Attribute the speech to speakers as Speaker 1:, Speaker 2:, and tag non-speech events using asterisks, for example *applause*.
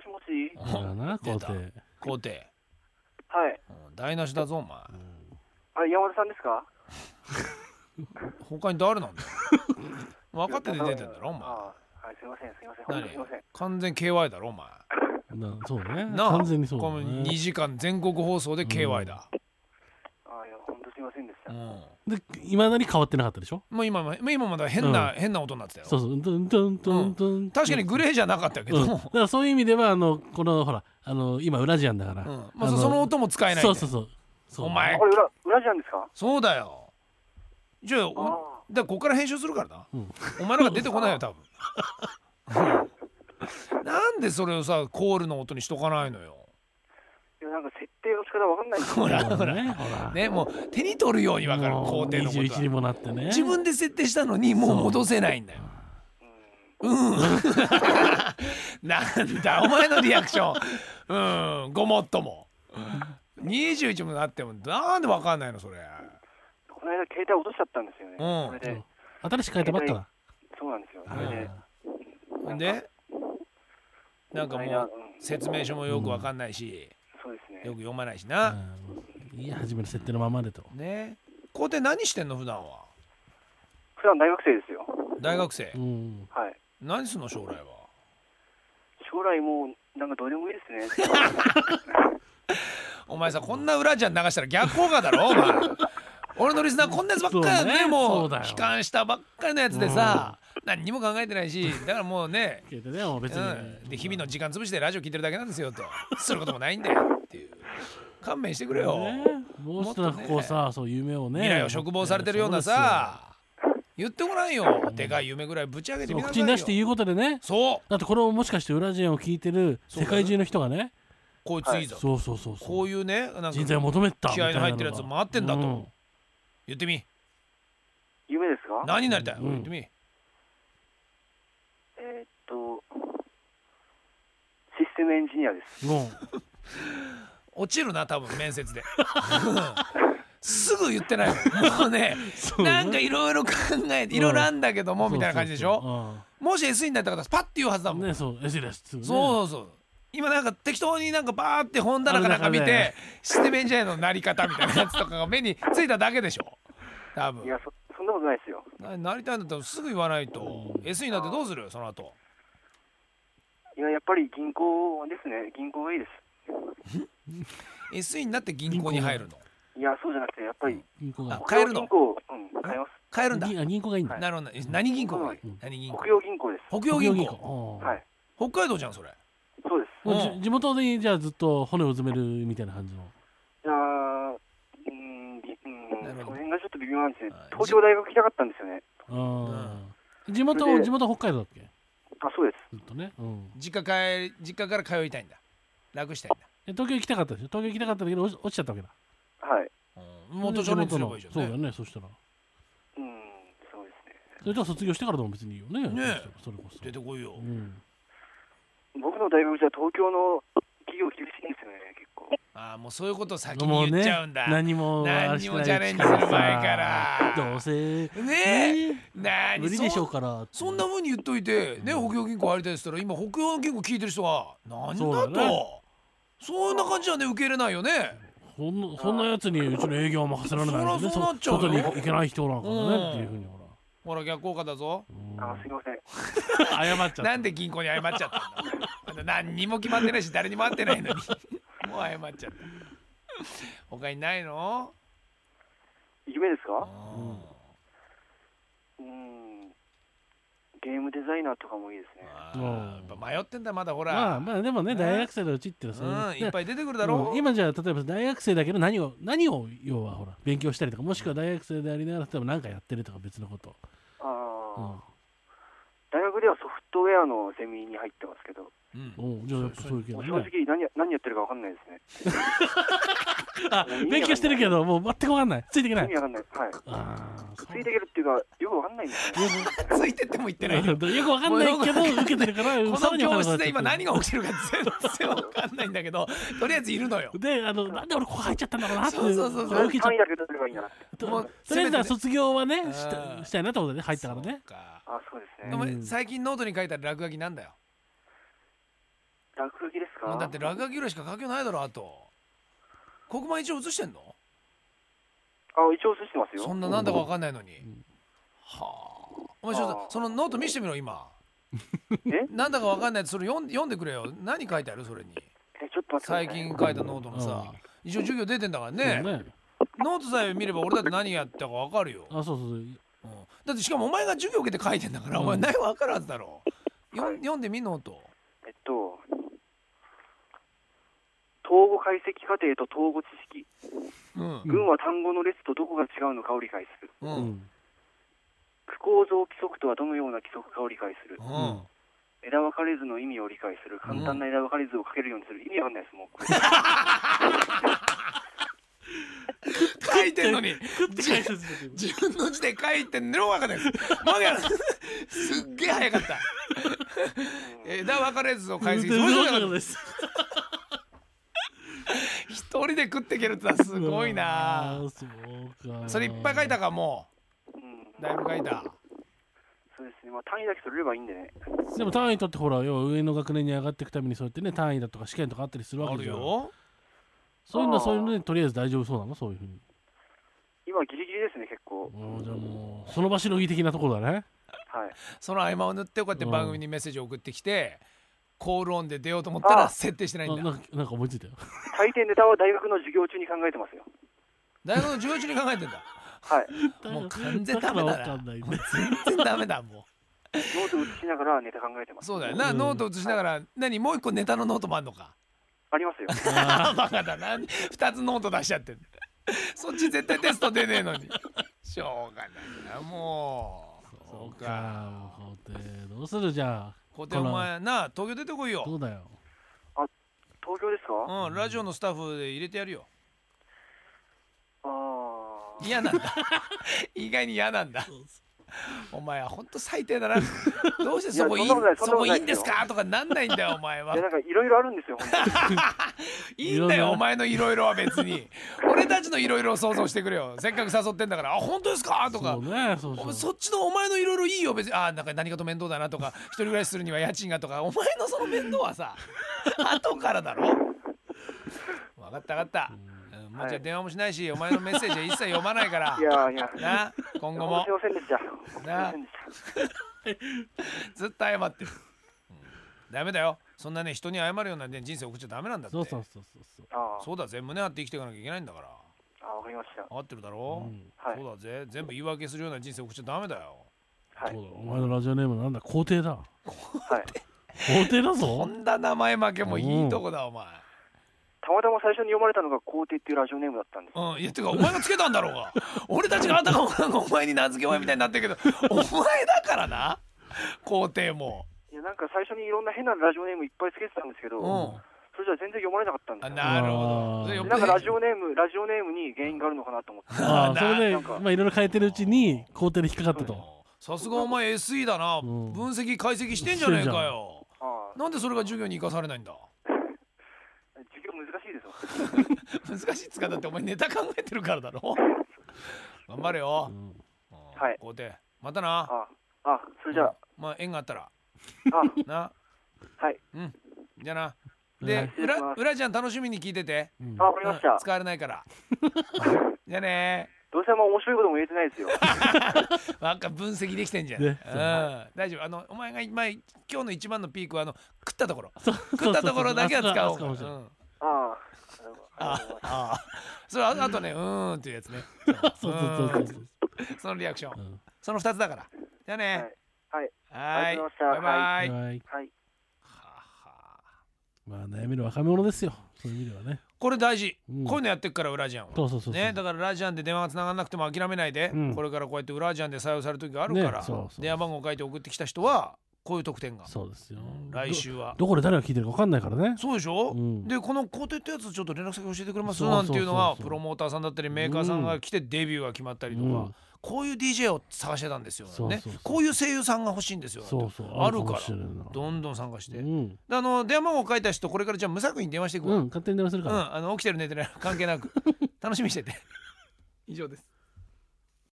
Speaker 1: しもし。
Speaker 2: うん
Speaker 3: だな
Speaker 2: *laughs* 出
Speaker 3: 皇
Speaker 2: た
Speaker 3: 帝
Speaker 2: 皇帝、
Speaker 1: はい。
Speaker 2: うん台無しだぞお前
Speaker 1: あれ、山田さんですか
Speaker 2: 他に誰なん
Speaker 1: *laughs*
Speaker 2: だよ分かってて出てんだろお前
Speaker 1: ああはい、すいません、すいません。本当にすいません。
Speaker 2: 完全 KY だろお前
Speaker 3: なそうね
Speaker 2: なあ
Speaker 3: 完全にそう
Speaker 2: こ
Speaker 3: だ
Speaker 2: の
Speaker 3: ね
Speaker 2: 2時間全国放送で KY だ、
Speaker 1: ああ、いや、本当すいませんでし
Speaker 2: う
Speaker 1: た。
Speaker 2: ん
Speaker 3: でいまだに変わってなかったでしょ
Speaker 2: もう今も今まだ変な、変な音になってたよ
Speaker 3: そうそうドンドンドンドン
Speaker 2: 確かにグレーじゃなかったけ
Speaker 3: う
Speaker 2: ど
Speaker 3: ん、だ
Speaker 2: も、
Speaker 3: からそういう意味ではあのこのほらあの今ウラジアンだから、
Speaker 2: うんまあ、そその音も使えないんだ
Speaker 3: そ
Speaker 2: よ
Speaker 3: うそうそうそう
Speaker 2: お前
Speaker 1: あこれ、裏、裏じゃんですか
Speaker 2: そうだよじゃあお
Speaker 1: あ
Speaker 2: だからここから編集するからな、
Speaker 3: ん
Speaker 2: お前なんか出てこないよ多分 *laughs* なんでそれをさコールの音にしとかないのよ
Speaker 1: いや、なんか設定の仕方わかんないんです
Speaker 2: *laughs*
Speaker 1: よ
Speaker 2: ほら
Speaker 3: ほ
Speaker 2: ほ
Speaker 3: ら
Speaker 2: ら
Speaker 3: ねほら
Speaker 2: ねもう手に取るように分かる
Speaker 3: もう
Speaker 2: 工程のこと
Speaker 3: 21に
Speaker 2: は
Speaker 3: もなってね
Speaker 2: 自分で設定したのにもう戻せないんだようん *laughs* なんだお前のリアクションうんごもっとも21もなってもなんで分かんないのそれ
Speaker 1: この間、携帯落としちゃったんですよね。
Speaker 2: うん
Speaker 1: それで、
Speaker 3: 新しく変えたばっかだ
Speaker 1: そうなんですよ。それで、
Speaker 2: でなんかも
Speaker 1: この間
Speaker 2: う説明書もよくわかんないし、
Speaker 1: そうですね。
Speaker 2: よく読まないし
Speaker 3: う
Speaker 2: な、
Speaker 3: んいや初めの設定のままでと
Speaker 2: ね校庭何してんの普段は
Speaker 1: 普段大学生ですよ。
Speaker 2: 大学生、
Speaker 3: うん
Speaker 1: はい。
Speaker 2: 何すんの将来は
Speaker 1: 将来もう、なんかどうでもいいですね。 *laughs*
Speaker 2: お前さこんな裏じゃん流したら逆効果だろお前俺のリスナーこんなやつばっかりね
Speaker 3: そうね
Speaker 2: も
Speaker 3: そううだよ、
Speaker 2: 悲観したばっかりのやつでさ、何にも考えてないしだからもうね
Speaker 3: 携帯でも *laughs* 別に、
Speaker 2: うん、で日々の時間潰してラジオ聞いてるだけなんですよとすることもないんだよっていう勘弁してくれよ、
Speaker 3: ねどうして
Speaker 2: も
Speaker 3: な
Speaker 2: っ
Speaker 3: ん
Speaker 2: と
Speaker 3: か
Speaker 2: ね
Speaker 3: こうさ、そう夢をね
Speaker 2: 未来を嘱望されてるようなさ言ってごらんよでかい夢ぐらいぶち上げて
Speaker 3: そう
Speaker 2: み
Speaker 3: です
Speaker 2: なさいよ
Speaker 3: よ口に出して言うことでね
Speaker 2: そう
Speaker 3: だってこれをもしかしてウラジアンを聞いてる世界中の人がね
Speaker 2: こいついいぞ、
Speaker 3: そうそうそう
Speaker 2: こ
Speaker 3: そう
Speaker 2: ういうねなんか
Speaker 3: 人材を求めてたみ
Speaker 2: 気
Speaker 3: た
Speaker 2: 合
Speaker 3: い
Speaker 2: いの
Speaker 3: な
Speaker 2: 入ってるやつ回ってんだと、
Speaker 3: うん
Speaker 2: 言ってみ
Speaker 1: 夢ですか
Speaker 2: 何になりたい、
Speaker 3: うん
Speaker 2: 言ってみ
Speaker 1: えーっと、システムエンジニアです。
Speaker 3: も
Speaker 2: 落ちるな多分面接ですぐ言ってないもんもうね
Speaker 3: うね
Speaker 2: なんかいろいろ考えていろいろあんだけども、みたいな感じでしょもし S になった方パッて言うはずだもん、
Speaker 3: ねそう S ですそ
Speaker 2: そう
Speaker 3: う
Speaker 2: そうそう今なんか適当になんかバーって本棚かなんか見
Speaker 3: あれだから
Speaker 2: てシステムエンジニアのなり方みたいなやつとかが目についただけでしょ多
Speaker 1: い
Speaker 2: 分
Speaker 1: や、そそんなことないですよ。
Speaker 2: ななりたいんだったらすぐ言わないと S になってどうするその後
Speaker 1: いや、やっぱり銀行ですね。銀行がいいです。
Speaker 2: SE になって銀行に入るの
Speaker 1: いや、そうじゃなくて、やっぱり、
Speaker 3: 銀行が
Speaker 2: あ変えるの
Speaker 1: 銀行、うん、変えます。
Speaker 2: 変えるんだ
Speaker 3: 銀あ銀行がいいんだ
Speaker 2: なるほど何銀行がいい
Speaker 3: うん
Speaker 2: 何銀行
Speaker 1: 国用銀行です。
Speaker 2: 北洋銀
Speaker 3: 北
Speaker 2: 行
Speaker 3: 行
Speaker 1: はい。
Speaker 2: 北海道じゃんそれ
Speaker 1: そうです。
Speaker 3: うん
Speaker 2: うん
Speaker 3: じ地元でじゃあずっと骨を詰めるみたいな感じの
Speaker 1: いやー、うーん、びうん、
Speaker 2: なるほど
Speaker 1: その辺がちょっと微妙なんですね
Speaker 2: あ。
Speaker 1: 東京大学行きたかったんですよね。
Speaker 3: あー地元
Speaker 1: それで
Speaker 3: 地元は北海道だっけ
Speaker 1: あ、そうです。
Speaker 3: ずっとねうん
Speaker 2: 実家帰り実家から通いたいんだ楽したいんだ
Speaker 3: え東京行きたかったでしょ東京行きたかったけど落ち落ちちゃったわけだ
Speaker 1: はい。
Speaker 2: うん元少年すればいいじゃ
Speaker 3: そうんだよ
Speaker 2: ね
Speaker 3: ねそしたら
Speaker 1: うん、そうですね。
Speaker 3: それじゃあ卒業してからでも別にいいよね
Speaker 2: ねえ
Speaker 3: それこそ
Speaker 2: 出てこいよ
Speaker 3: うん
Speaker 1: 僕の大学じゃ東京の企業厳しいんですよね、結構。
Speaker 2: ああもうそういうことを先
Speaker 3: もう
Speaker 2: に言っ
Speaker 3: ね
Speaker 2: ちゃうんだね
Speaker 3: 何もあれし
Speaker 2: 何
Speaker 3: ない
Speaker 2: にもチャレンジする前から
Speaker 3: どうせ
Speaker 2: え
Speaker 3: ね
Speaker 2: 何
Speaker 3: 無理でしょ
Speaker 2: そ
Speaker 3: うからって
Speaker 2: そんな風に言っといてね北洋銀行入りたいっつったら今北洋銀行聞いてる人は何
Speaker 3: そう
Speaker 2: だ
Speaker 3: だ
Speaker 2: とそんな感じはね受け入れないよね
Speaker 3: そんなそんなやつにうちの営業は任せられないですね
Speaker 2: そらそうなっちゃうよ
Speaker 3: 外に行けない人なんか
Speaker 2: う
Speaker 3: も
Speaker 2: ん
Speaker 3: ねっていうふうにほら
Speaker 2: ほら逆効果だぞ
Speaker 1: あ、すいません。
Speaker 3: 謝っちゃった
Speaker 2: なんで銀行に謝っちゃったんだまだ何にも決まってないし誰にも会って
Speaker 3: *laughs*
Speaker 2: ないのにもう謝っちゃった他にないの
Speaker 1: 夢です
Speaker 2: う
Speaker 1: か
Speaker 2: ん
Speaker 1: うん。ゲームデザイナーとかもいいですね。
Speaker 2: あーやっぱ迷ってんだまだほら、
Speaker 3: まあまあでもね
Speaker 2: ね
Speaker 3: 大学生のうちってのはそう
Speaker 2: うん、いっぱ
Speaker 3: い
Speaker 2: い出てくるだろう、
Speaker 3: 今じゃあ例えば大学生だけど何を何を要はほら勉強したりとかもしくは大学生でありながら例えば何かやってるとか別のこと、う
Speaker 1: ああ
Speaker 3: ん。
Speaker 1: 大学ではソフトウェアのゼミに入ってますけど、
Speaker 2: うん
Speaker 3: おうじゃあやっぱそういう系
Speaker 1: も
Speaker 3: だ
Speaker 1: う
Speaker 3: ね
Speaker 1: 正直何や何やってるか分かんないですね。
Speaker 3: あ勉強してるけどもう全くわかんないついていけな
Speaker 1: 意
Speaker 3: い
Speaker 1: 味分かんない。はい。
Speaker 3: ああ
Speaker 1: ついていけるっていうか、よく分かんないんですよね。
Speaker 2: ついてっても言ってないよ
Speaker 3: よくわかんないけど受けてるから
Speaker 2: *laughs* こ
Speaker 3: さら
Speaker 2: の
Speaker 3: にわ
Speaker 2: 教室
Speaker 3: かんなくなっちゃっ
Speaker 2: で
Speaker 3: て
Speaker 2: 今何が起きてるか全然わかんないんだけどとりあえずいるのよ
Speaker 3: であのなんで俺ここ入っちゃったんだろうなって
Speaker 2: そうそうそ
Speaker 1: と
Speaker 2: うそ
Speaker 1: りあえ
Speaker 3: 受
Speaker 1: ず
Speaker 3: けちゃっ
Speaker 1: 単位だけ取ればいいなって。
Speaker 3: た
Speaker 2: もう
Speaker 3: とりあえずは
Speaker 2: せ
Speaker 3: 卒業はねし
Speaker 2: うん
Speaker 3: たしたいなってことでね入ったからね
Speaker 2: そうか
Speaker 1: あ、そうです
Speaker 2: で
Speaker 1: ね。
Speaker 2: も
Speaker 3: うん
Speaker 2: 最近ノートに書いた落書きなんだよ
Speaker 1: 落書きですか
Speaker 2: だって落書きぐらいしか書けないだろあと黒板一応写してんの
Speaker 1: あ一応映してますよ
Speaker 2: そんななんだかわかんないのに、
Speaker 3: ん
Speaker 2: はあお前ちょっと
Speaker 1: あー
Speaker 2: そのノート見してみろ今
Speaker 1: え
Speaker 2: なんだかわかんないやつそれ読ん読んでくれよ何書いてあるそれに
Speaker 1: えちょっと待ってください
Speaker 2: 最近書いたノートのさ、一応授業出てんだからね
Speaker 3: そうね
Speaker 2: ノートさえ見れば俺だって何やったかわかるよ、
Speaker 3: あそうそうそう
Speaker 2: うんだってしかもお前が授業受けて書いてんだから、お前
Speaker 3: うん
Speaker 2: 内容わかるはずだろよ
Speaker 1: はい
Speaker 2: 読んでみノート
Speaker 1: えっと統合解析過程と統合知識
Speaker 2: うん
Speaker 1: 群は単語の列とどこが違うのかを理解する
Speaker 2: う
Speaker 3: うん
Speaker 2: うん、
Speaker 1: 句構造規則とはどのような規則かを理解する
Speaker 3: うん
Speaker 1: 枝分かれ図の意味を理解する簡単な枝分かれ図を書けるようにする意味わかんないですもうこれ
Speaker 2: 書いてんのに
Speaker 3: 食って解説してる
Speaker 2: 自分の字で書いてんのわかんないですマギャすっげえ早かった *laughs* 枝分かれ図を解析す
Speaker 3: 全然
Speaker 2: ごい
Speaker 3: わ
Speaker 2: 早
Speaker 3: かん
Speaker 2: か
Speaker 3: な
Speaker 2: っ
Speaker 3: い
Speaker 2: た
Speaker 3: です
Speaker 2: 一人で食っていけるってのはすごいな
Speaker 3: うわーそうか
Speaker 2: それいっぱい書いたかも
Speaker 1: うん
Speaker 2: うだいぶ書いた
Speaker 1: そうですねまあ単位だけ取れればいいんでね
Speaker 3: でも単位取ってほら要は上の学年に上がっていくためにそうやってね単位だとか試験とかあったりするわ
Speaker 2: あ
Speaker 3: け
Speaker 2: る
Speaker 3: じゃん
Speaker 2: よ
Speaker 3: そういうのはそういうのでとりあえず大丈夫そうなのそういうふうに
Speaker 1: 今ギリギリですね結構
Speaker 3: おーじゃあもうその場しのぎ的なところだね
Speaker 1: はい
Speaker 2: その合間を縫ってこうやって番組にメッセージを送ってきてコールオンで出ようと思ったら
Speaker 1: あ
Speaker 2: 設定してな
Speaker 3: あ
Speaker 2: いん
Speaker 3: な
Speaker 2: だ
Speaker 3: んかなんか思いついたよ
Speaker 1: 大抵ネタは大学の授業中に考えてますよ
Speaker 2: 大学の授業中に考えてんだ
Speaker 1: はい
Speaker 2: も
Speaker 3: *laughs*
Speaker 2: う完全ダメ
Speaker 3: わ
Speaker 2: だ
Speaker 3: か
Speaker 2: なん
Speaker 3: ない
Speaker 2: *laughs* もう *laughs* 全然ダメだも
Speaker 1: ノート写しながらネタ考えてま
Speaker 2: う
Speaker 1: す
Speaker 2: そうだよな、
Speaker 3: うん
Speaker 2: ノート写しながら何もう一個ネタのノートもあんの *laughs* か
Speaker 1: ありますよ
Speaker 2: あバカだな2つノート出しちゃってんだそっち絶対テスト出ねえのにしょうがないなもう
Speaker 3: そうかもう校庭どうするじゃあ
Speaker 2: 小手お前な東京出てこいよ
Speaker 3: どうだよ
Speaker 1: 東京ですかあ
Speaker 2: うん、ラジオのスタッフで入れてやるよ。
Speaker 1: あ
Speaker 2: 嫌なんだ。 *laughs* 意外に嫌なんだ。お前は本当最低だな。どうしてそこいい
Speaker 1: いやそんなことない
Speaker 2: そ
Speaker 1: そんなこ
Speaker 2: ことい
Speaker 1: ない
Speaker 2: いんですかとかなんないんだよ、お前
Speaker 1: ー
Speaker 2: はい
Speaker 1: や。なんかいろいろあるんですよ本当に
Speaker 2: いいんだ
Speaker 3: いろん
Speaker 2: よ、
Speaker 3: な
Speaker 2: お前のいろいろは別に。俺たちのいろいろを想像してくれよ。せっかく誘ってんだから、あ、本当ですかとか
Speaker 3: そう。ねそう
Speaker 2: お
Speaker 3: そ
Speaker 2: 前
Speaker 3: う
Speaker 2: そっちのお前のいろいろいいよ別にあーなんか何かと面倒だなとか一人暮らしするには家賃がとかお前のその面倒
Speaker 1: *laughs*
Speaker 2: はさ後からだろ分かった分かった、うん、もうじゃあ電話もしないし、お前のメッセージは一切読まないから *laughs*
Speaker 1: いやいや
Speaker 2: な今後
Speaker 1: 本当
Speaker 2: も
Speaker 1: すいませんでしたすい
Speaker 2: な
Speaker 1: ませんでした
Speaker 2: ずっと謝ってる、うん、ダメだよそんなね人に謝るような、ね、人生送っちゃダメなんだって
Speaker 3: そうそうそうそうそう
Speaker 1: あー
Speaker 2: そうだぜ胸張って生きていかなきゃいけないんだから
Speaker 1: あーわかりました
Speaker 2: 合ってるだろ、
Speaker 3: うん
Speaker 1: はい
Speaker 2: そうだぜ全部言い訳するような人生送っちゃダメだよ
Speaker 1: はい
Speaker 3: そうだお前のラジオネームなんだ皇帝だ
Speaker 1: はい
Speaker 3: 皇帝だ
Speaker 2: こ *laughs*
Speaker 3: ぞ
Speaker 2: んな名前負けもいいとこだお前
Speaker 1: たまたま最初に読まれたのが皇帝っていうラジオネームだったんです
Speaker 2: うん、いやてかお前がつけたんだろう
Speaker 3: *laughs*
Speaker 2: が俺たちがあたかもなんかお前に名付け親みたいになってるけどお前だからな皇帝も
Speaker 1: いやなんか最初にいろんな変なラジオネームいっぱいつけてたんですけど、
Speaker 2: うん
Speaker 1: それじゃ全然読まれなかったんで
Speaker 2: あ
Speaker 1: すよ
Speaker 2: なるほ
Speaker 3: あ
Speaker 2: ど
Speaker 3: ー
Speaker 2: でよ
Speaker 1: でな
Speaker 2: っぽ
Speaker 1: ん
Speaker 2: ど
Speaker 1: かラジオネームラジオネームに原因があるのかなと思って
Speaker 3: ああそれで
Speaker 1: なんか
Speaker 3: まあいろいろ変えてるうちに皇帝に引っかかったと
Speaker 2: さすがお前 SE だな、
Speaker 3: ん
Speaker 2: 分析解析してんじゃねえかよ
Speaker 1: あー
Speaker 2: なんでそれが授業に生かされないんだ
Speaker 1: 授業難しいですよ
Speaker 2: 難しいっつかだってお前ネタ考えてるからだろ頑張れよ、
Speaker 3: うん
Speaker 1: はい
Speaker 2: 皇帝またな
Speaker 1: あーあそれじゃあ
Speaker 2: まあ縁があったら
Speaker 1: あ
Speaker 2: な
Speaker 1: はい
Speaker 2: うんじゃあな
Speaker 3: は
Speaker 2: で
Speaker 3: い
Speaker 1: 失礼し
Speaker 2: 裏
Speaker 1: ます
Speaker 2: 裏ちゃん楽しみに聞いてて
Speaker 3: うん
Speaker 1: あわかりました、
Speaker 2: うん使われないからじゃあね
Speaker 1: どうせあんま面白いことも言えてないですよ
Speaker 2: なんか分析できてんじゃん、
Speaker 3: ね
Speaker 2: うん
Speaker 3: そう
Speaker 2: 大丈夫あのお前が今今日の一番のピークはあの食ったところ
Speaker 3: そう
Speaker 2: 食ったところだけは使おう
Speaker 3: そうそうそう
Speaker 2: うん
Speaker 1: ああ
Speaker 2: ああそれああとねうーんっていうやつね
Speaker 3: そうそうそうそうそう
Speaker 2: そのリアクション、
Speaker 3: うん
Speaker 2: その二つだからじゃあね
Speaker 1: はい
Speaker 2: は
Speaker 1: あ
Speaker 2: い
Speaker 1: りがとうござ
Speaker 2: バ
Speaker 1: いました
Speaker 2: イバイ、は
Speaker 3: はい
Speaker 1: はい
Speaker 2: は
Speaker 3: まあ悩める若者ですよそういう意味ではね
Speaker 2: これ大事、
Speaker 3: うん
Speaker 2: こういうのやってくから裏ジャンは
Speaker 3: そうそうそうそう
Speaker 2: ね、だからラジアンで電話がつながらなくても諦めないで、
Speaker 3: うん
Speaker 2: これからこうやって裏ジャンで採用される時があるから、
Speaker 3: ねそうそう
Speaker 2: 電話番号を書いて送ってきた人はこういう特典が
Speaker 3: そうですよ
Speaker 2: 来週は
Speaker 3: どこで誰が聞いてるか分かんないからね
Speaker 2: そうでしょ、
Speaker 3: うん
Speaker 2: でこの工程ってやつちょっと連絡先教えてくれます
Speaker 3: そうそ
Speaker 2: な
Speaker 3: うそうそうん
Speaker 2: ていうのはプロモーターさんだったりメーカーさんが来てデビューが決まったりとか、
Speaker 3: うん
Speaker 2: こういう DJ を探してたんですよ、ね
Speaker 3: そうそうそう
Speaker 2: こういう声優さんが欲しいんですよ
Speaker 3: そうそう
Speaker 2: あるか
Speaker 3: もしれないな
Speaker 2: らどんどん参加して、
Speaker 3: う
Speaker 2: で
Speaker 3: ん
Speaker 2: あの電話番号書いた人これからじゃあ無作為に電話していくわ、
Speaker 3: うん勝手に電話する
Speaker 2: う
Speaker 3: から *laughs*
Speaker 2: ん、あの起きてる寝てない関係なく楽しみにしてて以上です